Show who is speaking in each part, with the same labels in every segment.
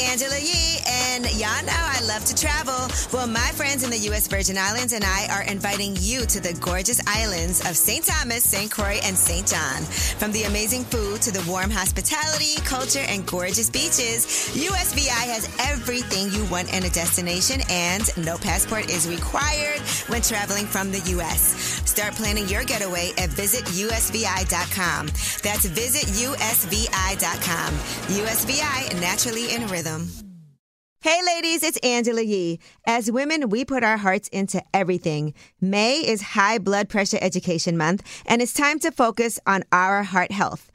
Speaker 1: Angela Yee, and y'all know I love to travel. Well, my friends in the U.S. Virgin Islands and I are inviting you to the gorgeous islands of St. Thomas, St. Croix, and St. John. From the amazing food to the warm hospitality, culture, and gorgeous beaches, USVI has everything you want in a destination, and no passport is required when traveling from the U.S. Start planning your getaway at visitusvi.com. That's visitusvi.com. USVI, naturally in rhythm. Hey, ladies, it's Angela Yee. As women, we put our hearts into everything. May is High Blood Pressure Education Month, and it's time to focus on our heart health.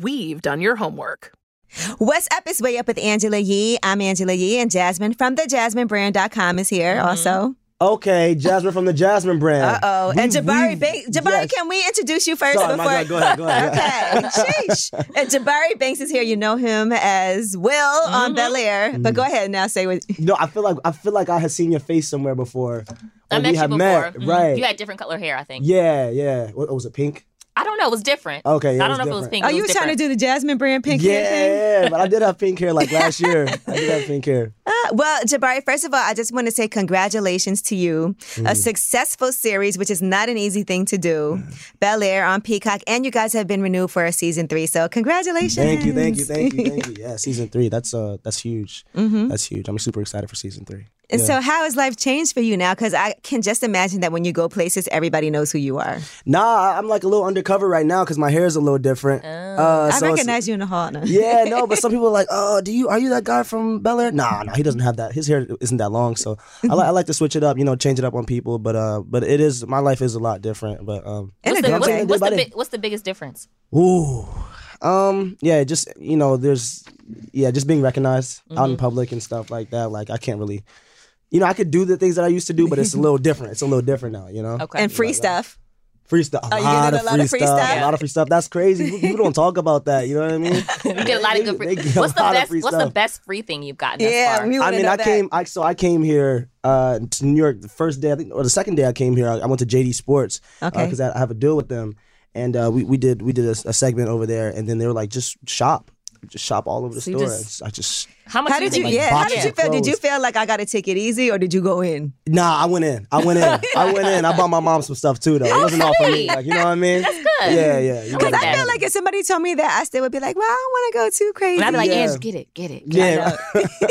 Speaker 2: We've done your homework.
Speaker 1: What's up? It's Way Up with Angela Yee. I'm Angela Yee, and Jasmine from the JasmineBrand.com is here
Speaker 3: Mm-hmm.
Speaker 1: also.
Speaker 3: Okay, Jasmine from the Jasmine brand.
Speaker 1: Uh oh. And
Speaker 3: We-
Speaker 1: Jabari,
Speaker 3: we-
Speaker 1: Ba- Jabari,
Speaker 3: yes.
Speaker 1: can we introduce you first?
Speaker 3: Sorry, my
Speaker 1: before-
Speaker 3: God, go ahead, go ahead.
Speaker 1: Okay, sheesh. And Jabari Banks is here. You know him as Will on Bel Air. But go ahead and now say what.
Speaker 3: No, I feel like I feel like I had seen your face somewhere before.
Speaker 4: I
Speaker 3: Or
Speaker 4: met
Speaker 3: we
Speaker 4: you
Speaker 3: had
Speaker 4: before.
Speaker 3: met,
Speaker 4: Mhm.
Speaker 3: right?
Speaker 4: You had different color hair, I think.
Speaker 3: yeah, yeah. What oh, was it? Pink?
Speaker 4: I don't know. It was different.
Speaker 3: Okay, yeah,
Speaker 4: I
Speaker 3: it
Speaker 4: don't know
Speaker 3: was
Speaker 4: if it was
Speaker 3: different.
Speaker 4: pink.
Speaker 1: Oh,
Speaker 4: it
Speaker 1: you were
Speaker 4: was
Speaker 1: trying to
Speaker 4: different.
Speaker 1: do the Jasmine brand pink hair thing?
Speaker 3: yeah, but I did have pink hair like last year. I did have pink hair.
Speaker 1: Uh, Well, Jabari, first of all, I just want to say congratulations to you. A successful series, which is not an easy thing to do. Bel Air on Peacock, and you guys have been renewed for a season three. So, congratulations.
Speaker 3: Thank you, thank you, thank you, thank you. Yeah, season three. That's uh, that's huge.
Speaker 4: Mm-hmm.
Speaker 3: That's huge. I'm super excited for season three.
Speaker 1: And so, how has life changed for you now? Because I can just imagine that when you go places, everybody knows who you are.
Speaker 3: Nah, I- I'm like a little undercover right now because my hair is a little
Speaker 4: Oh.
Speaker 3: different.
Speaker 1: I
Speaker 3: Uh, so it's-
Speaker 1: recognize you in the hall. now.
Speaker 3: Yeah, no, but some people are like, oh, do you are you that guy from Bel Air? Nah, nah, he doesn't have that. His hair isn't that long, so I, li- I like to switch it up, you know, change it up on people. But uh, but it is my life is a lot different. But um,
Speaker 1: In a
Speaker 4: What's the,
Speaker 1: good
Speaker 4: what's,
Speaker 1: way.
Speaker 3: saying?
Speaker 4: what's the
Speaker 3: Everybody-
Speaker 4: big- what's the biggest difference?
Speaker 3: ooh, um, yeah, just you know, there's yeah, just being recognized out
Speaker 4: Mm-hmm.
Speaker 3: in public and stuff like that. Like I can't really, you know, I could do the things that I used to do, but it's a little different. It's a little different now, you know.
Speaker 4: Okay. Oh,
Speaker 1: And free stuff.
Speaker 3: Free stuff, a,
Speaker 1: you
Speaker 3: lot
Speaker 1: doing
Speaker 3: of
Speaker 1: a lot
Speaker 3: free stuff, a lot of free stuff. That's crazy. People- People don't talk about that. You know what I mean?
Speaker 4: you did a lot of good
Speaker 3: They
Speaker 4: free.
Speaker 3: get a
Speaker 4: What's the
Speaker 3: lot of
Speaker 4: best?
Speaker 3: free
Speaker 4: What's the
Speaker 3: stuff.
Speaker 4: best free thing you've gotten? thus
Speaker 1: Yeah,
Speaker 4: far?
Speaker 1: we
Speaker 3: I
Speaker 1: wanna
Speaker 3: mean,
Speaker 1: know
Speaker 3: I
Speaker 1: that.
Speaker 3: came. I so I came here uh, to New York the first day, I think, or the second day I came here. I, I went to JD Sports
Speaker 1: Okay.
Speaker 3: because I, I have a deal with them, and uh, we we did we did a, a segment over there, and then they were like, just shop, just shop all over the
Speaker 4: So you
Speaker 3: store.
Speaker 4: just-
Speaker 3: I just
Speaker 4: How much
Speaker 1: How did you?
Speaker 4: think-
Speaker 1: Yeah. How did
Speaker 3: boxes
Speaker 1: you
Speaker 3: of
Speaker 1: feel? Did you
Speaker 3: clothes.
Speaker 1: feel like I got to take it easy, or did you go in?
Speaker 3: Nah, I went in. I went in. I went in. I bought my mom some stuff too, though. It wasn't all for me. Like, you know what I mean? That's good. Yeah, yeah. You
Speaker 1: Because
Speaker 3: gotta
Speaker 1: I
Speaker 3: do
Speaker 1: feel
Speaker 3: that.
Speaker 1: like if somebody told me that, I still would be like, "Well, I don't want to go too crazy."
Speaker 4: And I'd be like,
Speaker 3: Yeah.
Speaker 4: yeah. just get it, get it. get it.
Speaker 3: yeah.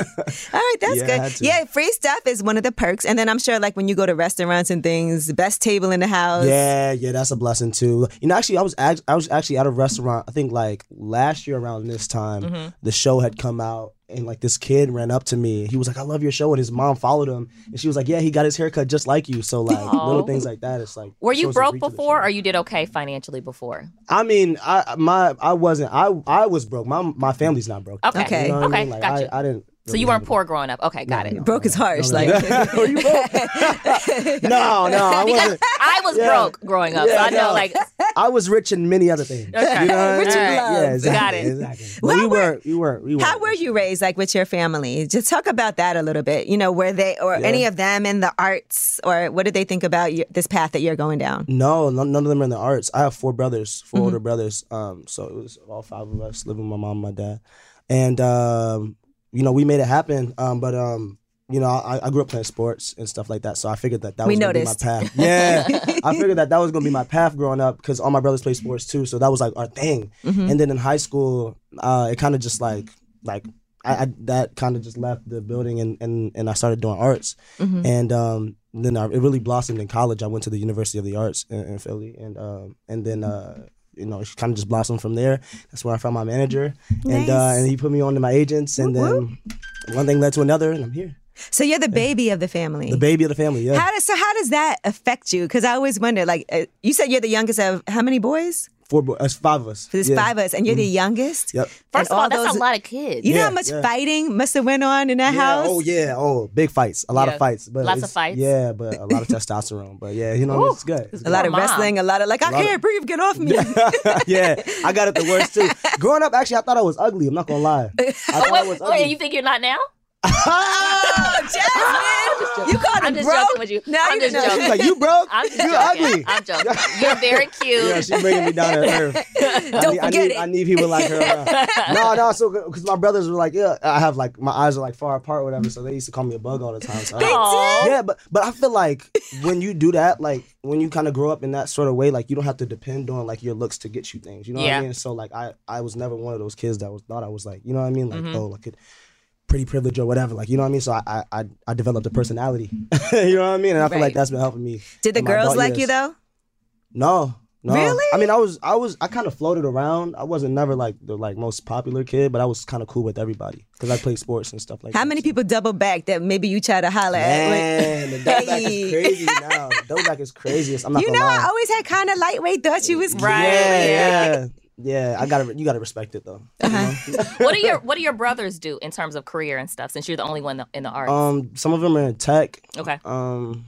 Speaker 1: All right, that's
Speaker 3: Yeah, I had
Speaker 1: good.
Speaker 3: to.
Speaker 1: Yeah, free stuff is one of the perks. And then I'm sure, like, when you go to restaurants and things, best table in the house.
Speaker 3: Yeah, yeah, that's a blessing too. You know, actually, I was act- I was actually at a restaurant. I think like last year around this time,
Speaker 4: Mm-hmm.
Speaker 3: the show had come out, and like this kid ran up to me. He was like, "I love your show," and his mom followed him, and she was like, "Yeah, he got his haircut just like you." So like little things like that. It's like
Speaker 4: Were you
Speaker 3: shows the
Speaker 4: broke
Speaker 3: reach of the
Speaker 4: before,
Speaker 3: show.
Speaker 4: or you did okay financially before?
Speaker 3: I mean, I my I wasn't. I I was broke. My my family's not broke.
Speaker 4: Okay.
Speaker 1: Okay.
Speaker 3: You know what
Speaker 4: Okay,
Speaker 3: I mean? Like,
Speaker 4: gotcha.
Speaker 3: I, I didn't.
Speaker 4: So you weren't poor growing up. Okay, got it.
Speaker 1: Broke is harsh. Like,
Speaker 3: Were you broke? no, no, I wasn't.
Speaker 4: I was broke growing up, so
Speaker 3: Yeah,
Speaker 4: I know
Speaker 3: no.
Speaker 4: like
Speaker 3: I was rich in many other things. You know what I
Speaker 4: Rich
Speaker 3: mean?
Speaker 4: in love.
Speaker 3: Yeah, exactly.
Speaker 4: Got it.
Speaker 3: Exactly. But we were, we were, we were.
Speaker 1: how were you raised, like, with your family? Just talk about that a little bit. You know, were they or any of them in the arts, or what did they think about you, this path that you're going down?
Speaker 3: No, none, none of them are in the arts. I have four brothers,
Speaker 4: Mm-hmm.
Speaker 3: 4 older brothers. Um, so it was all five of us living with my mom, and my dad, and um, you know, we made it happen. Um, but um, you know, I, I grew up playing sports and stuff like that, so I figured that that
Speaker 1: We
Speaker 3: was gonna be my
Speaker 1: noticed.
Speaker 3: path. Yeah, I figured that that was gonna be my path growing up because all my brothers play
Speaker 1: Mm-hmm.
Speaker 3: sports too, so that was like our thing. And then in high school, uh, it kind of just like like I, I that kind of just left the building and, and, and I started doing arts.
Speaker 1: Mm-hmm.
Speaker 4: Mhm.
Speaker 3: And um, then I, it really blossomed in college. I went to the University of the Arts in, in Philly, and um, and then uh, you know it kind of just blossomed from there. That's where I found my manager, and uh,
Speaker 1: Nice.
Speaker 3: and he put me on to my agents, and then one thing led to another, and I'm here,
Speaker 1: So you're the baby of the family.
Speaker 3: the baby of the family. Yeah,
Speaker 1: How does so? How does that affect you? Because I always wonder. Like uh, you said, you're the youngest of how many boys?
Speaker 3: four boys, it's five of us.
Speaker 1: There's
Speaker 3: Yeah. Mm-hmm.
Speaker 1: five of us, and you're the youngest.
Speaker 3: Yep.
Speaker 4: First
Speaker 1: And
Speaker 4: of all,
Speaker 1: all
Speaker 4: that's
Speaker 1: those-
Speaker 4: a lot of kids.
Speaker 1: You know
Speaker 3: Yeah,
Speaker 1: how much
Speaker 3: yeah.
Speaker 1: fighting must have went on in that
Speaker 3: Yeah,
Speaker 1: house.
Speaker 3: Oh yeah. Oh, big fights. A lot
Speaker 4: Yeah.
Speaker 3: of fights. But
Speaker 4: Lots of
Speaker 3: it's-
Speaker 4: fights.
Speaker 3: Yeah, but a lot of testosterone. But yeah, you know it's good. It's
Speaker 1: A lot
Speaker 4: Your
Speaker 1: of
Speaker 4: mom.
Speaker 1: wrestling, a lot of like, I
Speaker 3: of-
Speaker 1: can't breathe, get off me.
Speaker 3: yeah, I got it the worst too. Growing up, actually, I thought I was ugly. I'm not gonna lie. I thought I was
Speaker 4: Wait, wait, you
Speaker 3: ugly.
Speaker 4: think you're not now?
Speaker 1: oh, Jasmine! you called
Speaker 4: I'm
Speaker 1: him
Speaker 4: just
Speaker 1: broke.
Speaker 4: joking with you.
Speaker 1: Now
Speaker 4: I'm
Speaker 1: you
Speaker 4: just
Speaker 1: know.
Speaker 4: joking.
Speaker 3: She's like, you broke?
Speaker 4: I'm just
Speaker 3: You're
Speaker 4: joking.
Speaker 3: ugly.
Speaker 4: I'm joking. You're very cute.
Speaker 3: Yeah, she's bringing me down to earth. I
Speaker 1: Don't
Speaker 3: need, I
Speaker 1: forget
Speaker 3: need,
Speaker 1: it.
Speaker 3: I need people like her. around. no, no, so because my brothers were like, yeah, I have like my eyes are like far apart, or whatever. So they used to call me a bug all the time. So I-
Speaker 4: Aw.
Speaker 3: yeah, but but I feel like when you do that, like when you kind of grow up in that sort of way, like you don't have to depend on like your looks to get you things. You know what
Speaker 4: Yeah.
Speaker 3: I mean? So like I I was never one of those kids that was thought I was like, you know what I mean? Like
Speaker 4: Mm-hmm.
Speaker 3: oh, like it, pretty privilege or whatever. Like you know what I mean? So I I I- I developed a personality. you know what I mean? And I feel
Speaker 4: Right.
Speaker 3: like that's been helping me.
Speaker 1: Did the
Speaker 3: in Oh, my
Speaker 1: girls
Speaker 3: adult
Speaker 1: like you
Speaker 3: years.
Speaker 1: though?
Speaker 3: No. No.
Speaker 1: Really?
Speaker 3: I mean, I was, I was, I kind of floated around. I wasn't never like the like most popular kid, but I was kind of cool with everybody because I played sports and stuff like.
Speaker 1: How
Speaker 3: that.
Speaker 1: many people double back that maybe you try to holler at?
Speaker 3: Man, the double back
Speaker 1: Hey.
Speaker 3: is crazy now. The double back is craziest. I'm not
Speaker 1: Like, you
Speaker 3: gonna
Speaker 1: know, I
Speaker 3: lie.
Speaker 1: always had kind of lightweight thought you was cute.
Speaker 4: Right.
Speaker 3: yeah, yeah, yeah. I gotta, you gotta respect it though. you
Speaker 1: Uh-huh.
Speaker 3: know?
Speaker 4: What do your What do your brothers do in terms of career and stuff? Since you're the only one in the arts.
Speaker 3: um, some of them are in tech.
Speaker 4: okay.
Speaker 3: Um,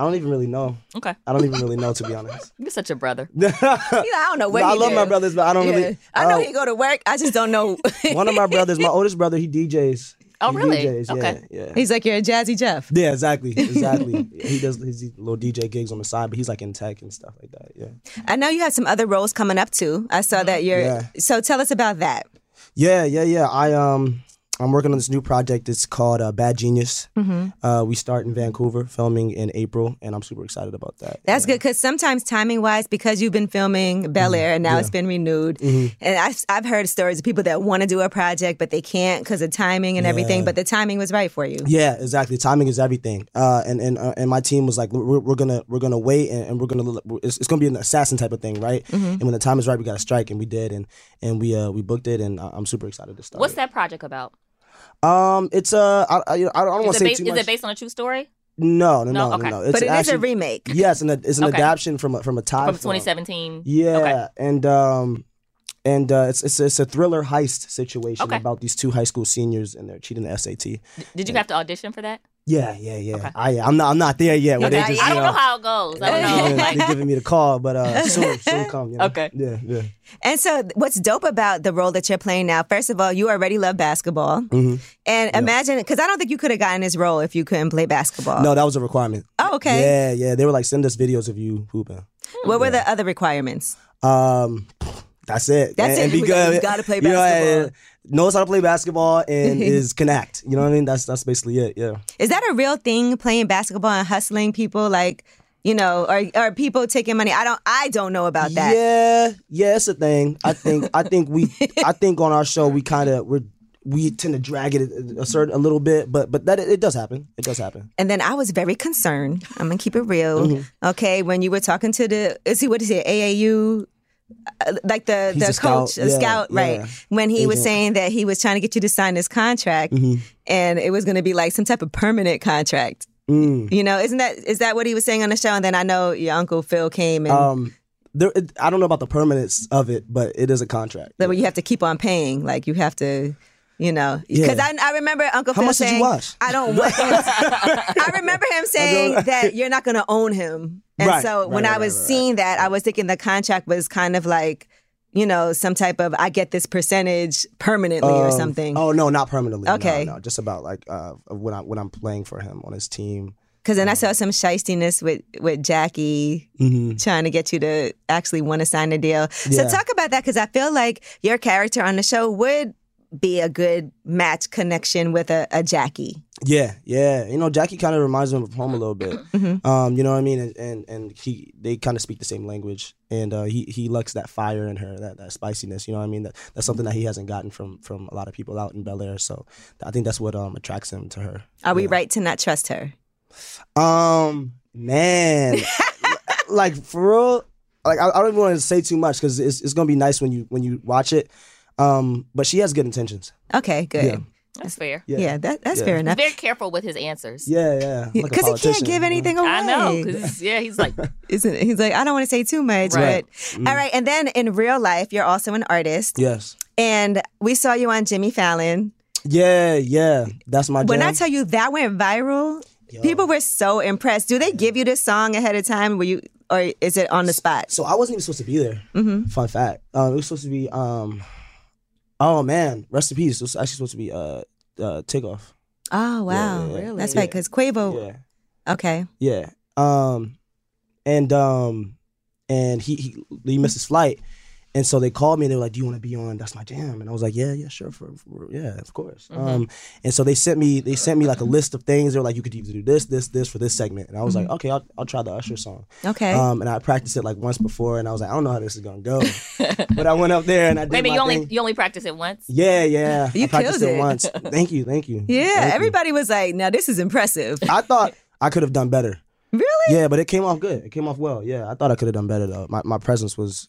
Speaker 3: I don't even really know.
Speaker 4: Okay.
Speaker 3: I don't even really know to be honest.
Speaker 4: You're such a brother.
Speaker 1: You know, I don't know what
Speaker 3: I
Speaker 1: he
Speaker 3: love
Speaker 1: do.
Speaker 3: my brothers, but I don't
Speaker 1: Yeah.
Speaker 3: really.
Speaker 1: I know
Speaker 3: uh,
Speaker 1: he go to work. I just don't know.
Speaker 3: one of my brothers, my oldest brother, he DJs.
Speaker 4: Oh,
Speaker 3: He
Speaker 4: really?
Speaker 3: DJs,
Speaker 4: Okay.
Speaker 3: Yeah, yeah.
Speaker 1: He's like you're a jazzy Jeff.
Speaker 3: Yeah, exactly, exactly. he does his little DJ gigs on the side, but he's like in tech and stuff like that. Yeah,
Speaker 1: I know you have some other roles coming up too. I saw that you're.
Speaker 3: Mm-hmm. Yeah.
Speaker 1: So tell us about that.
Speaker 3: yeah, yeah, yeah. I um, I'm working on this new project. It's called uh, Bad Genius.
Speaker 4: Mm-hmm.
Speaker 3: Uh, we start in Vancouver, filming in April, and I'm super excited about that.
Speaker 1: That's good because sometimes timing wise, because you've been filming Bel Air and now it's been renewed,
Speaker 3: Mm-hmm.
Speaker 1: and I've I've heard stories of people that want to do a project but they can't because of timing and everything. But the timing was right for you.
Speaker 3: Yeah, exactly. Timing is everything. Uh, and and uh, and my team was like, we're, we're gonna we're gonna wait, and, and we're gonna look- it's, it's gonna be an assassin type of thing, right?
Speaker 4: Mm-hmm.
Speaker 3: And when the time is right, we gotta strike, and we did, and and we uh we booked it, and I- I'm super excited to start.
Speaker 4: What's
Speaker 3: it.
Speaker 4: that project about?
Speaker 3: Um, it's uh, I I, I don't want to
Speaker 4: Is, it,
Speaker 3: say
Speaker 4: based,
Speaker 3: too
Speaker 4: is
Speaker 3: much.
Speaker 4: it based on a true story
Speaker 3: no, no,
Speaker 4: No?
Speaker 3: no, no,
Speaker 4: Okay.
Speaker 3: no. It's
Speaker 1: but it is
Speaker 3: actually,
Speaker 1: a remake.
Speaker 3: Yes, and it's an
Speaker 4: Okay.
Speaker 3: adaptation from a, from a Thai
Speaker 4: from
Speaker 3: film.
Speaker 4: 2017?
Speaker 3: Yeah,
Speaker 4: Okay.
Speaker 3: and um, and uh, it's, it's it's a thriller heist situation
Speaker 4: Okay.
Speaker 3: about these two high school seniors and they're cheating the SAT.
Speaker 4: Did you have to audition for that?
Speaker 3: Yeah, yeah, yeah. I, I'm not I'm not there yet. Where they
Speaker 1: Okay.
Speaker 3: just,
Speaker 4: I
Speaker 3: you
Speaker 4: don't know how it goes. I don't know.
Speaker 3: yeah,
Speaker 4: Like,
Speaker 3: they're giving me the call, but uh, soon soon come. You know?
Speaker 4: Okay.
Speaker 3: Yeah, yeah.
Speaker 1: And so, what's dope about the role that you're playing now? First of all, you already love basketball,
Speaker 3: Mm-hmm.
Speaker 1: and imagine because I don't think you could have gotten this role if you couldn't play basketball.
Speaker 3: No, that was a requirement.
Speaker 1: Oh, okay.
Speaker 3: Yeah, yeah. They were like, send us videos of you hooping.
Speaker 1: What were the other requirements?
Speaker 3: Um, that's it.
Speaker 1: That's
Speaker 3: and,
Speaker 1: it.
Speaker 3: And be
Speaker 1: We-
Speaker 3: good.
Speaker 1: we gotta play
Speaker 3: You know,
Speaker 1: basketball.
Speaker 3: and knows how to play basketball and is connect. You know what I mean? That's that's basically it. Yeah.
Speaker 1: Is that a real thing? Playing basketball and hustling people, like you know, or or people taking money? I don't. I don't know about that.
Speaker 3: Yeah, yeah, it's a thing. I think I think we I think on our show we kind of we we tend to drag it a, a certain a little bit, but but that it does happen. It does happen.
Speaker 1: And then I was very concerned. I'm gonna keep it real,
Speaker 3: Mm-hmm.
Speaker 1: okay? When you were talking to the is he what is it AAU, Uh, like the
Speaker 3: He's
Speaker 1: the
Speaker 3: a
Speaker 1: coach,
Speaker 3: scout.
Speaker 1: the
Speaker 3: Yeah,
Speaker 1: scout, right?
Speaker 3: yeah.
Speaker 1: When he was
Speaker 3: Agent. Mm-hmm.
Speaker 1: saying that he was trying to get you to sign this contract, and it was gonna be like some type of permanent contract.
Speaker 3: Mm.
Speaker 1: You know, isn't that is that what he was saying on the show? And then I know your uncle Phil came and.
Speaker 3: Um, there it, I don't know about the permanence of it, but it is a contract.
Speaker 1: that you have to keep on paying. Like you have to, you know, because
Speaker 3: Yeah.
Speaker 1: I, I remember Uncle
Speaker 3: How
Speaker 1: Phil
Speaker 3: much did you
Speaker 1: saying,
Speaker 3: watch?
Speaker 1: "I don't." Want I remember him saying that you're not going to own him, and
Speaker 3: Right,
Speaker 1: so
Speaker 3: right,
Speaker 1: when
Speaker 3: right,
Speaker 1: I was
Speaker 3: right, right,
Speaker 1: seeing that, I was thinking the contract was kind of like, you know, some type of I get this percentage permanently or
Speaker 3: Um,
Speaker 1: something.
Speaker 3: Oh no, not permanently. No,
Speaker 1: Okay.
Speaker 3: no, just about like uh, when I when I'm playing for him on his team.
Speaker 1: Because then I saw some shystiness with with Jackie trying to get you to actually want to sign a deal.
Speaker 3: Yeah.
Speaker 1: So talk about that because I feel like your character on the show would be a good match connection with a, a Jackie.
Speaker 3: Yeah, yeah. You know, Jackie kind of reminds me of home a little bit.
Speaker 1: Mhm.
Speaker 3: Um, you know what I mean? And and, and he they kind of speak the same language, and uh, he he likes that fire in her, that, that spiciness. You know what I mean? That, that's something that he hasn't gotten from from a lot of people out in Bel Air. So I think that's what um attracts him to her.
Speaker 1: Are we
Speaker 3: Yeah.
Speaker 1: right to not trust her?
Speaker 3: Um, man, like for real, like I, I don't even want to say too much because it's it's gonna be nice when you when you watch it. Um, but she has good intentions.
Speaker 1: Okay, good.
Speaker 3: Yeah.
Speaker 1: Yeah,
Speaker 4: That's fair.
Speaker 3: Yeah,
Speaker 1: that, that's
Speaker 3: Yeah.
Speaker 1: fair
Speaker 4: He's
Speaker 1: enough.
Speaker 4: very careful with his answers.
Speaker 3: yeah, yeah. I'm like a
Speaker 1: Because he
Speaker 3: politician,
Speaker 1: can't give
Speaker 3: you know?
Speaker 1: anything away.
Speaker 4: I know, because yeah, he's like
Speaker 1: Isn't it? He's like, I don't want to say too much,
Speaker 4: Right.
Speaker 1: but
Speaker 3: Mm.
Speaker 1: all right. And then in real life, you're also an artist,
Speaker 3: Yes.
Speaker 1: and we saw you on Jimmy Fallon.
Speaker 3: Yeah, yeah. That's my.
Speaker 1: When I
Speaker 3: jam.
Speaker 1: tell you that went viral,
Speaker 3: Yo.
Speaker 1: people were so impressed. Do they give you this song ahead of time? Were you, or is it on the spot?
Speaker 3: So I wasn't even supposed to be there.
Speaker 1: Mm-hmm.
Speaker 3: Fun fact. Um, it was supposed to be. Um, oh man, rest in peace. It was actually supposed to be uh, uh takeoff.
Speaker 1: Oh wow,
Speaker 3: yeah, yeah.
Speaker 1: that's
Speaker 3: Really?
Speaker 1: right. Because Quavo.
Speaker 3: Yeah,
Speaker 1: Okay.
Speaker 3: yeah. Um, and um, and he, he he missed his flight, and so they called me and they were like, "Do you want to be on?" That's my jam, and I was like, "Yeah, yeah, sure, for, for yeah, of course."
Speaker 1: Mm-hmm.
Speaker 3: Um, and so they sent me they sent me like a list of things. They were like, "You could either do this, this, this for this segment," and I was
Speaker 1: Mm-hmm.
Speaker 3: like, "Okay, I'll, I'll try the Usher song."
Speaker 1: Okay.
Speaker 3: Um, and I practiced it like once before, and I was like, I don't know how this is gonna go, but I went up there and I did
Speaker 4: Wait a minute,
Speaker 3: my
Speaker 4: you only
Speaker 3: thing.
Speaker 4: you only practice it once.
Speaker 3: Yeah, yeah.
Speaker 1: You
Speaker 3: I practiced
Speaker 1: killed
Speaker 3: it
Speaker 1: it.
Speaker 3: once. Thank you, thank you. Thank
Speaker 1: yeah.
Speaker 3: you.
Speaker 1: Everybody was like, "Now this is impressive."
Speaker 3: I thought I could have done better.
Speaker 1: really?
Speaker 3: Yeah, but it came off good. It came off well. Yeah, I thought I could have done better though. My my presence was.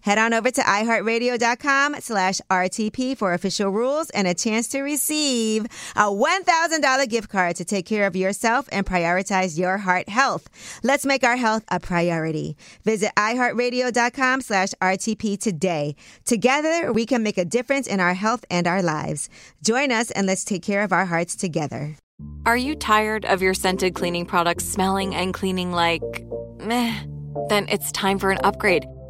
Speaker 1: Head on over to iHeartRadio.com slash RTP for official rules and a chance to receive a $1,000 gift card to take care of yourself and prioritize your heart health. Let's make our health a priority. Visit iHeartRadio.com slash RTP today. Together, we can make a difference in our health and our lives. Join us and let's take care of our hearts together.
Speaker 5: Are you tired of your scented cleaning products smelling and cleaning like meh? Then it's time for an upgrade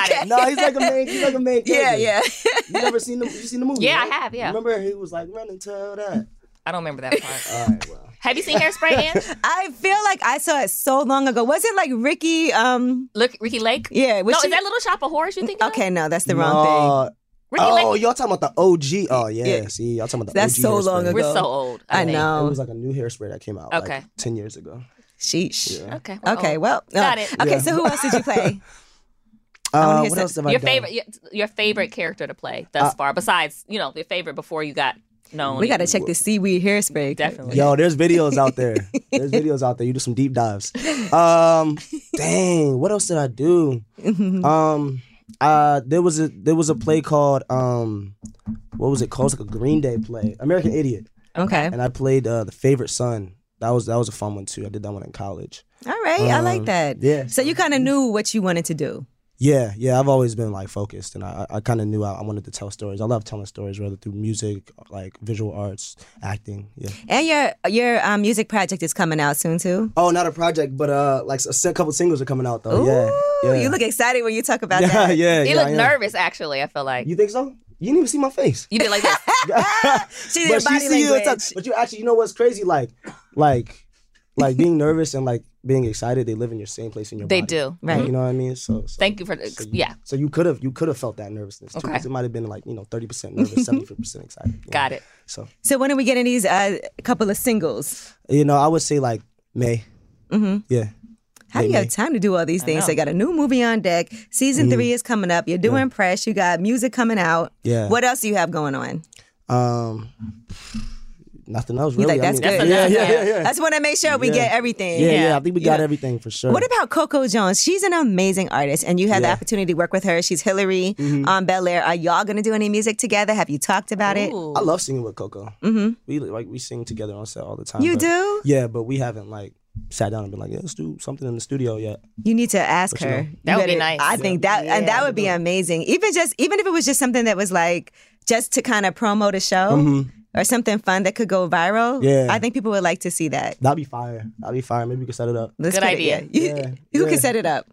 Speaker 4: it.
Speaker 3: No, he's like a main. He's like a main.
Speaker 1: Yeah,
Speaker 3: character.
Speaker 1: yeah.
Speaker 3: You never seen the? You seen the movie?
Speaker 4: Yeah, I
Speaker 3: right?
Speaker 4: have, yeah.
Speaker 3: Remember, he was like running tell that.
Speaker 4: I don't remember that part.
Speaker 3: All right, well.
Speaker 4: Have you seen hairspray? Ann?
Speaker 1: I feel like I saw it so long ago. Was it like Ricky? Um,
Speaker 4: Look, Ricky Lake.
Speaker 1: yeah. Was
Speaker 4: no,
Speaker 1: she-
Speaker 4: is that Little Shop of Horrors? You think?
Speaker 1: okay, no, that's the wrong thing.
Speaker 3: No.
Speaker 4: Ricky
Speaker 3: Oh,
Speaker 4: Lake.
Speaker 3: y'all talking about the OG? Oh yeah,
Speaker 1: Yeah.
Speaker 3: see, y'all talking about the
Speaker 1: That's
Speaker 3: OG.
Speaker 1: so long
Speaker 3: Hairspray.
Speaker 1: ago.
Speaker 4: We're so old.
Speaker 1: Oh, I
Speaker 4: think.
Speaker 1: know.
Speaker 3: It was like a new hairspray that came out. like,
Speaker 4: Okay.
Speaker 3: ten years ago.
Speaker 1: Sheesh.
Speaker 4: Okay. we're
Speaker 1: Okay,
Speaker 4: old.
Speaker 1: well, no.
Speaker 4: Got it.
Speaker 1: Okay,
Speaker 3: Yeah.
Speaker 1: so who else did you play? wanna hear
Speaker 3: Uh, what
Speaker 1: some-
Speaker 3: else have I
Speaker 4: your
Speaker 3: done?
Speaker 4: favorite your, your favorite character to play thus far besides you know your favorite before you got known
Speaker 1: Uh, We got to check this seaweed hairspray.
Speaker 4: definitely
Speaker 3: Yo, there's videos out there. There's videos out there. You do some deep dives. Um, dang, what else did I do? Um, uh, there was a there was a play called um, what was it called? It's like a Green Day play, American Idiot,
Speaker 1: Okay.
Speaker 3: and I played uh, the favorite son. That was that was a fun one too. I did that one in college.
Speaker 1: All right. I like
Speaker 3: Um,
Speaker 1: that.
Speaker 3: yeah.
Speaker 1: So you kind of knew what you wanted to do.
Speaker 3: Yeah, yeah, I've always been like focused, and I, I kind of knew I, I wanted to tell stories. I love telling stories, whether through music, like visual arts, acting. Yeah.
Speaker 1: And your your um, music project is coming out soon too.
Speaker 3: Oh, not a project, but uh, like a se- couple singles are coming out though. yeah,
Speaker 1: Ooh,
Speaker 3: yeah.
Speaker 1: You look excited when you talk about
Speaker 3: yeah,
Speaker 1: that.
Speaker 3: yeah,
Speaker 4: you
Speaker 3: yeah,
Speaker 4: look
Speaker 3: I am.
Speaker 4: nervous actually i feel like
Speaker 3: You
Speaker 4: you,
Speaker 3: think so? You didn't even see my face.
Speaker 4: did like this
Speaker 1: She did
Speaker 3: but
Speaker 1: body
Speaker 3: see
Speaker 1: language.
Speaker 3: you. and touch- But you actually, you know what's crazy? Like, like, like being nervous and like being excited. They live in your same place in your
Speaker 4: they
Speaker 3: body.
Speaker 4: do
Speaker 1: Right.
Speaker 3: You know what I mean? So, so
Speaker 4: thank you for
Speaker 3: so you-
Speaker 4: yeah
Speaker 3: So you could have you could have felt that nervousness. Too,
Speaker 4: Okay.
Speaker 3: 'cause It might have been like you know thirty percent nervous, seventy percent excited. you know?
Speaker 4: got it
Speaker 3: So
Speaker 1: So when are we getting these uh, couple of singles?
Speaker 3: you know, I would say like May. Mm-hmm. Yeah.
Speaker 1: How do you
Speaker 3: May,
Speaker 1: have time to do all these things? So you got a new movie on deck. Season
Speaker 3: Mm-hmm.
Speaker 1: three is coming up. You're doing press. You got music coming out.
Speaker 3: Yeah.
Speaker 1: What else do you have going on?
Speaker 3: Um. Nothing else really.
Speaker 1: like, that's
Speaker 3: I mean,
Speaker 1: good.
Speaker 3: Yeah,
Speaker 1: That's
Speaker 3: yeah, yeah, yeah.
Speaker 1: I just want to make sure we get everything.
Speaker 3: Yeah, yeah. I think we got everything for sure.
Speaker 1: What about Coco Jones? She's an amazing artist, and you had the
Speaker 3: Yeah. Mm-hmm.
Speaker 1: opportunity to work with her. She's Hillary on Bel Air. Are y'all going to do any music together? Have you talked about
Speaker 4: Ooh.
Speaker 3: I love singing with Coco. Mm-hmm. We like we sing together on set all the time.
Speaker 1: it? You
Speaker 3: but-
Speaker 1: do?
Speaker 3: Yeah, but we haven't like sat down and been like, yeah, let's do something in the studio yet.
Speaker 1: You need to ask
Speaker 3: you
Speaker 1: her.
Speaker 3: know.
Speaker 4: That would
Speaker 1: You
Speaker 4: be
Speaker 1: gotta-
Speaker 4: nice.
Speaker 1: I think that and that would be amazing. Even just even if it was just something that was like just to kind of promote a show
Speaker 3: Mm-hmm.
Speaker 1: or something fun that could go viral.
Speaker 3: Yeah.
Speaker 1: I think people would like to see that.
Speaker 3: That'd be fire. That'd be fire. Maybe we could set it up.
Speaker 1: Let's
Speaker 4: Good
Speaker 1: put it-
Speaker 4: idea.
Speaker 1: yeah. You-
Speaker 3: Yeah,
Speaker 1: Who can
Speaker 3: yeah.
Speaker 1: set it up?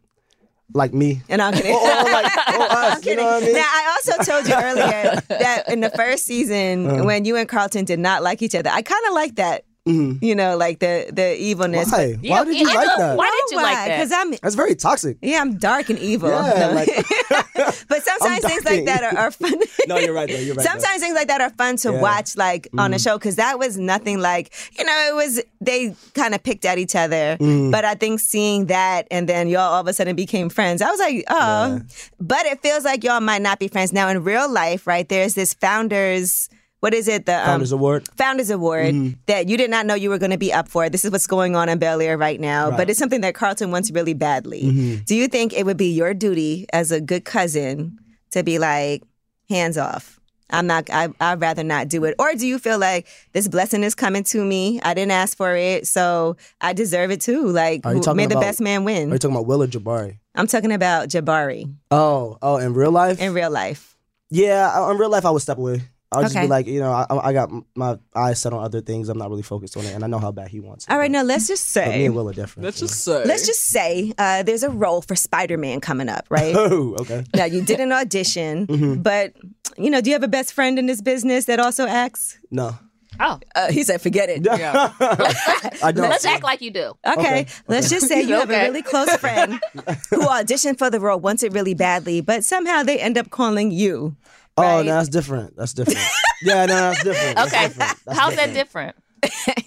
Speaker 3: Like me.
Speaker 1: And I'm kidding.
Speaker 3: or like or us. You know what I mean?
Speaker 1: Now, I also told you
Speaker 3: Uh-huh.
Speaker 1: earlier that in the first season, when you and Carlton did not like each other, I kind of like that. You know, like the the evilness.
Speaker 3: Mm-hmm. Why? Why did you
Speaker 4: I
Speaker 3: like
Speaker 4: know.
Speaker 3: that?
Speaker 4: Why did you like that?
Speaker 1: Because I'm
Speaker 3: That's very toxic.
Speaker 1: yeah, I'm dark and evil.
Speaker 3: Yeah, like-
Speaker 1: but sometimes
Speaker 3: I'm
Speaker 1: things like
Speaker 3: dying.
Speaker 1: that are, are fun.
Speaker 3: No, you're right though. You're right. though.
Speaker 1: Sometimes things like that are fun to
Speaker 3: Yeah. Mm.
Speaker 1: watch, like on a show, because that was nothing like you know. It was they kind of picked at each other,
Speaker 3: Mm.
Speaker 1: but I think seeing that and then y'all all of a sudden became friends. I was like, oh, but it feels like y'all might not be friends now in real life, right? There's this founders. What is it? The um,
Speaker 3: Founders Award.
Speaker 1: Founders Award
Speaker 3: Mm-hmm.
Speaker 1: that you did not know you were going to be up for. This is what's going on in Bel Air right now, but it's something that Carlton wants really badly.
Speaker 3: Mm-hmm.
Speaker 1: Do you think it would be your duty as a good cousin to be like, hands off? I'm not, I, I'd rather not do it. Or do you feel like this blessing is coming to me? I didn't ask for it, so I deserve it too. Like,
Speaker 3: Are you
Speaker 1: who-
Speaker 3: talking
Speaker 1: may the
Speaker 3: about-
Speaker 1: best man
Speaker 3: Are
Speaker 1: win.
Speaker 3: you talking about Will or Jabari?
Speaker 1: I'm talking about Jabari
Speaker 3: Oh, oh, in real life.
Speaker 1: in real life.
Speaker 3: yeah, I- in real life, I would step away. I would just
Speaker 1: Okay.
Speaker 3: be like, you know, I, I got my eyes set on other things. I'm not really focused on it, and I know how bad he wants it.
Speaker 1: All right, now let's just
Speaker 3: But me
Speaker 1: say.
Speaker 3: and Will are different.
Speaker 6: Let's just say.
Speaker 1: Let's just say uh, there's a role for Spider Man coming up, right?
Speaker 3: Oh, okay.
Speaker 1: Now you did an audition, but you know, do you have a best friend in this business that also acts?
Speaker 3: No.
Speaker 4: Oh,
Speaker 1: Uh, he said, forget it. Okay,
Speaker 3: I don't.
Speaker 4: let's act like you do.
Speaker 1: let's just say you have a
Speaker 4: Okay.
Speaker 1: really close friend who auditioned for the role, wants it really badly, but somehow they end up calling you.
Speaker 3: Oh,
Speaker 1: right?
Speaker 3: no, that's different. That's different. yeah, no, that's different. That's
Speaker 4: Okay,
Speaker 3: different. That's
Speaker 4: how's that different?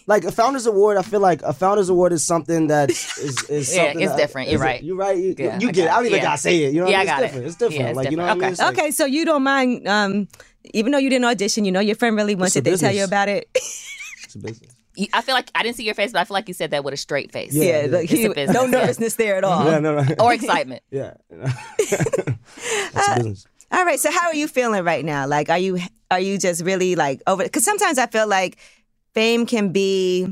Speaker 3: like a founders award i feel like a founders award is something that is, is
Speaker 4: Yeah,
Speaker 3: something
Speaker 4: it's
Speaker 3: that-
Speaker 4: different. You're
Speaker 3: is it-
Speaker 4: right.
Speaker 3: you're right you,
Speaker 4: Yeah,
Speaker 3: you
Speaker 4: I
Speaker 3: get it. i
Speaker 4: got
Speaker 3: don't
Speaker 4: it.
Speaker 3: even
Speaker 4: Yeah.
Speaker 3: gotta say it you know what
Speaker 4: Yeah, I
Speaker 3: mean? it's
Speaker 4: got it.
Speaker 3: different it's different
Speaker 4: Yeah, it's
Speaker 3: like you know what
Speaker 4: different.
Speaker 3: I mean?
Speaker 4: Okay.
Speaker 3: It's like-
Speaker 1: okay, so you don't mind, um, even though you didn't audition, you know, your friend really wants
Speaker 3: a
Speaker 1: it, they tell
Speaker 3: business.
Speaker 1: you about it.
Speaker 3: it's a business
Speaker 4: You- I feel like I didn't see your face, but I feel like you said that with a straight face.
Speaker 3: Yeah,
Speaker 1: yeah,
Speaker 3: yeah.
Speaker 1: like, he-
Speaker 4: It's a business,
Speaker 1: no
Speaker 4: yeah.
Speaker 1: nervousness there at all.
Speaker 3: yeah no no
Speaker 4: Or excitement.
Speaker 3: yeah that's
Speaker 4: uh,
Speaker 3: a business
Speaker 1: All right, so how are you feeling right now? Like, are you are you just really like over? Because sometimes I feel like fame can be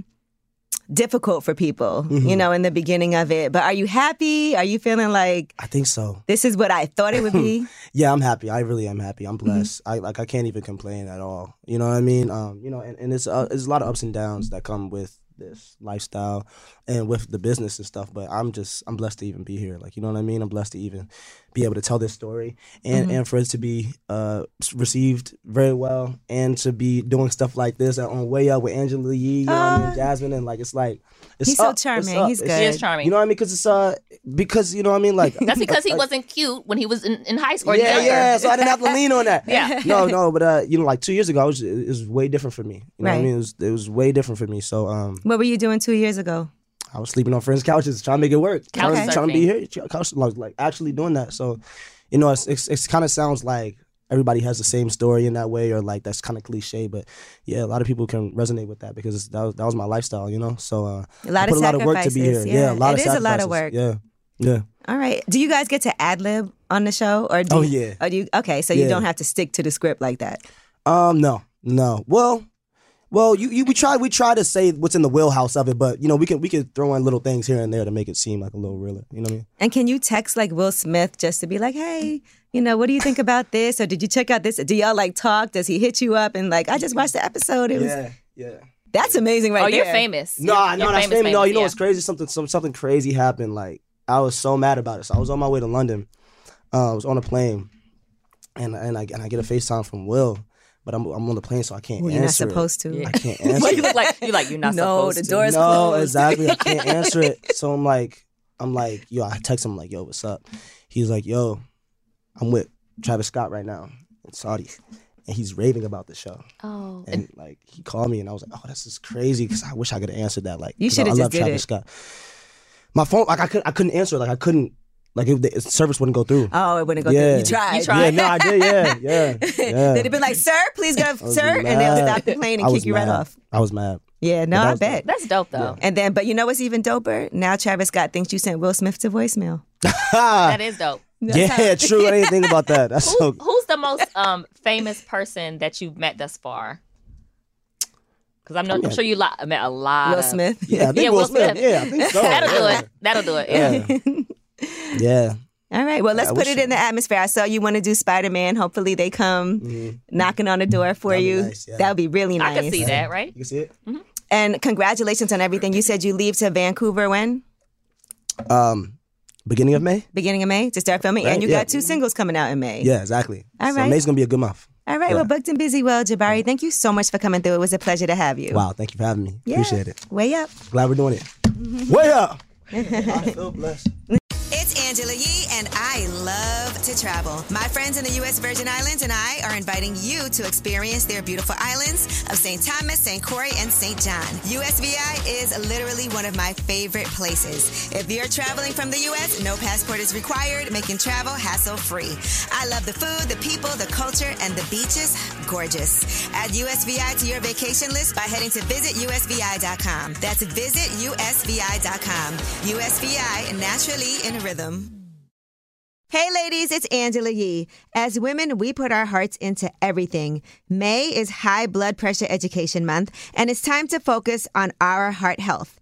Speaker 1: difficult for people, you
Speaker 3: Mm-hmm.
Speaker 1: know, in the beginning of it. But are you happy? Are you feeling like
Speaker 3: i think so
Speaker 1: this is what I thought it would be?
Speaker 3: yeah i'm happy i really am happy i'm
Speaker 1: Mm-hmm.
Speaker 3: blessed i like i can't even complain at all you know what i mean um you know and, and it's uh, it's a lot of ups and downs that come with this lifestyle and with the business and stuff but i'm just i'm blessed to even be here like you know what i mean i'm blessed to even be able to tell this story and
Speaker 1: Mm-hmm.
Speaker 3: and for it to be uh s- received very well and to be doing stuff like this and on way up with angela yee you know what i mean jasmine and like it's like it's
Speaker 1: Uh, He's so
Speaker 3: up, it's
Speaker 1: charming.
Speaker 3: up,
Speaker 1: He's
Speaker 3: it's-
Speaker 1: good.
Speaker 4: He is charming.
Speaker 3: you know what i mean because it's uh because you know what i mean like
Speaker 4: That's because he
Speaker 3: like-
Speaker 4: wasn't cute when he was in, in high school. or
Speaker 3: yeah,
Speaker 4: younger.
Speaker 3: yeah. So I didn't have to lean on that.
Speaker 4: Yeah.
Speaker 3: No, no. But uh, you know, like two years ago, I was, it was way different for me. You know what I
Speaker 1: Right.
Speaker 3: mean? It was, it was way different for me. So um,
Speaker 1: what were you doing two years ago?
Speaker 3: I was sleeping on friends' couches, trying to make it work,
Speaker 4: Couch
Speaker 3: trying, trying to be
Speaker 4: surfing.
Speaker 3: here, ch- couch, like, like actually doing that. So, you know, it's it's, it's kind of sounds like everybody has the same story in that way, or like that's kind of cliche. But yeah, a lot of people can resonate with that because it's, that was, that was my lifestyle. You know, so uh,
Speaker 1: A lot
Speaker 3: I
Speaker 1: of
Speaker 3: put a lot of work to be here.
Speaker 1: sacrifices,
Speaker 3: Yeah, a lot
Speaker 1: It is
Speaker 3: of
Speaker 1: a lot of
Speaker 3: sacrifices.
Speaker 1: work.
Speaker 3: Yeah, yeah.
Speaker 1: All right. Do you guys get to ad lib on the show, or do
Speaker 3: Oh,
Speaker 1: you,
Speaker 3: yeah.
Speaker 1: or do you? Okay, so you
Speaker 3: Yeah.
Speaker 1: don't have to stick to the script like that.
Speaker 3: Um, no, no. Well, well, you, you we try we try to say what's in the wheelhouse of it, but you know we can we can throw in little things here and there to make it seem like a little realer. You know what I mean?
Speaker 1: And can you text like Will Smith just to be like, hey, you know, what do you think about this? Or did you check out this? Do y'all like talk? Does he hit you up and like, I just watched the episode. It was
Speaker 3: yeah.
Speaker 1: that's amazing, right
Speaker 4: Oh, you're
Speaker 1: there.
Speaker 4: famous.
Speaker 3: No,
Speaker 4: You're-
Speaker 3: no,
Speaker 4: you're
Speaker 3: that's
Speaker 4: famous,
Speaker 3: famous, No,
Speaker 4: famous,
Speaker 3: you know
Speaker 4: yeah.
Speaker 3: what's crazy? Something some, something crazy happened. Like I was so mad about it. So I was on my way to London. Uh, I was on a plane, and and I and I get a FaceTime from Will, but I'm I'm on the plane, so I can't
Speaker 1: Well,
Speaker 3: answer.
Speaker 1: you're not
Speaker 3: it.
Speaker 1: supposed to.
Speaker 3: I can't answer.
Speaker 4: But you
Speaker 3: it.
Speaker 4: look like you like you're not
Speaker 1: No,
Speaker 4: supposed
Speaker 1: the
Speaker 4: to.
Speaker 1: door is
Speaker 3: no,
Speaker 1: closed.
Speaker 3: exactly. I can't answer it. So I'm like, I'm like, yo, I text him like, yo, what's up? He's like, yo, I'm with Travis Scott right now in Saudi, and he's raving about the show.
Speaker 4: Oh,
Speaker 3: And like, he called me, and I was like, oh, this is crazy because I wish I could have answered that. Like,
Speaker 1: You
Speaker 3: 'cause
Speaker 1: shoulda
Speaker 3: I, I
Speaker 1: just
Speaker 3: love
Speaker 1: did
Speaker 3: Travis
Speaker 1: it.
Speaker 3: Scott. My phone, like, I could, I couldn't answer. it. Like, I couldn't, like, it, the service wouldn't go through.
Speaker 1: Oh, it wouldn't go
Speaker 3: Yeah.
Speaker 1: through. You tried.
Speaker 4: You tried.
Speaker 3: Yeah, no, I did. Yeah, yeah, yeah.
Speaker 1: They'd have been like, sir, please go, sir. And they'll
Speaker 3: mad.
Speaker 1: stop the plane
Speaker 3: I
Speaker 1: and
Speaker 3: was
Speaker 1: kick you right
Speaker 3: mad.
Speaker 1: off.
Speaker 3: I was mad.
Speaker 1: Yeah, no,
Speaker 3: But that
Speaker 1: I
Speaker 3: was
Speaker 1: bet.
Speaker 4: that's dope though.
Speaker 1: And then, but you know what's even doper? Now Travis Scott thinks you sent Will Smith to voicemail.
Speaker 4: That is dope.
Speaker 3: yeah, true. I didn't think about that. That's
Speaker 4: Who,
Speaker 3: so.
Speaker 4: who's the most um, famous person that you've met thus far? Because I'm, not- I'm sure you lot, met a lot.
Speaker 1: Will
Speaker 4: of-
Speaker 1: Smith.
Speaker 3: Yeah, I think
Speaker 4: Yeah,
Speaker 3: Will
Speaker 4: Will
Speaker 3: Smith.
Speaker 4: Smith.
Speaker 3: Yeah, I think so.
Speaker 4: That'll do
Speaker 3: Oh, yeah.
Speaker 4: it. That'll do it.
Speaker 3: it. Yeah.
Speaker 1: All right. Well, let's
Speaker 3: I
Speaker 1: put
Speaker 3: wish
Speaker 1: it in the atmosphere. I saw you want to do Spider Man. Hopefully, they come knocking on the door for
Speaker 3: Mm-hmm. That'd be
Speaker 1: you.
Speaker 3: nice, yeah.
Speaker 1: That would be really
Speaker 4: I
Speaker 1: nice.
Speaker 4: can see that, right?
Speaker 3: You see it?
Speaker 1: And congratulations on everything. You said you leave to Vancouver when?
Speaker 3: Um, beginning of May.
Speaker 1: Beginning of May to start filming.
Speaker 3: Right,
Speaker 1: And you
Speaker 3: yeah.
Speaker 1: got two singles coming out in May.
Speaker 3: Yeah, exactly.
Speaker 1: All
Speaker 3: so
Speaker 1: right.
Speaker 3: May's gonna be a good month.
Speaker 1: All right. Well, booked and busy. Well, Jabari, thank you so much for coming through. It was a pleasure to have you.
Speaker 3: Wow, thank you for having me.
Speaker 1: Yeah.
Speaker 3: Appreciate it.
Speaker 1: Way up.
Speaker 3: Glad we're doing it. Way up. I feel blessed.
Speaker 1: It's Angela Yee, and I love to travel. My friends in the U.S. Virgin Islands and I are inviting you to experience their beautiful islands of St. Thomas, St. Croix, and St. John. USVI is literally one of my favorite places. If you're traveling from the U.S., no passport is required, making travel hassle free. I love the food, the people, the culture, and the beaches. Gorgeous. Add USVI to your vacation list by heading to visitusvi.com. That's visitusvi.com. USVI, naturally in rhythm. Hey, ladies, it's Angela Yee. As women, we put our hearts into everything. May is High Blood Pressure Education Month, and it's time to focus on our heart health.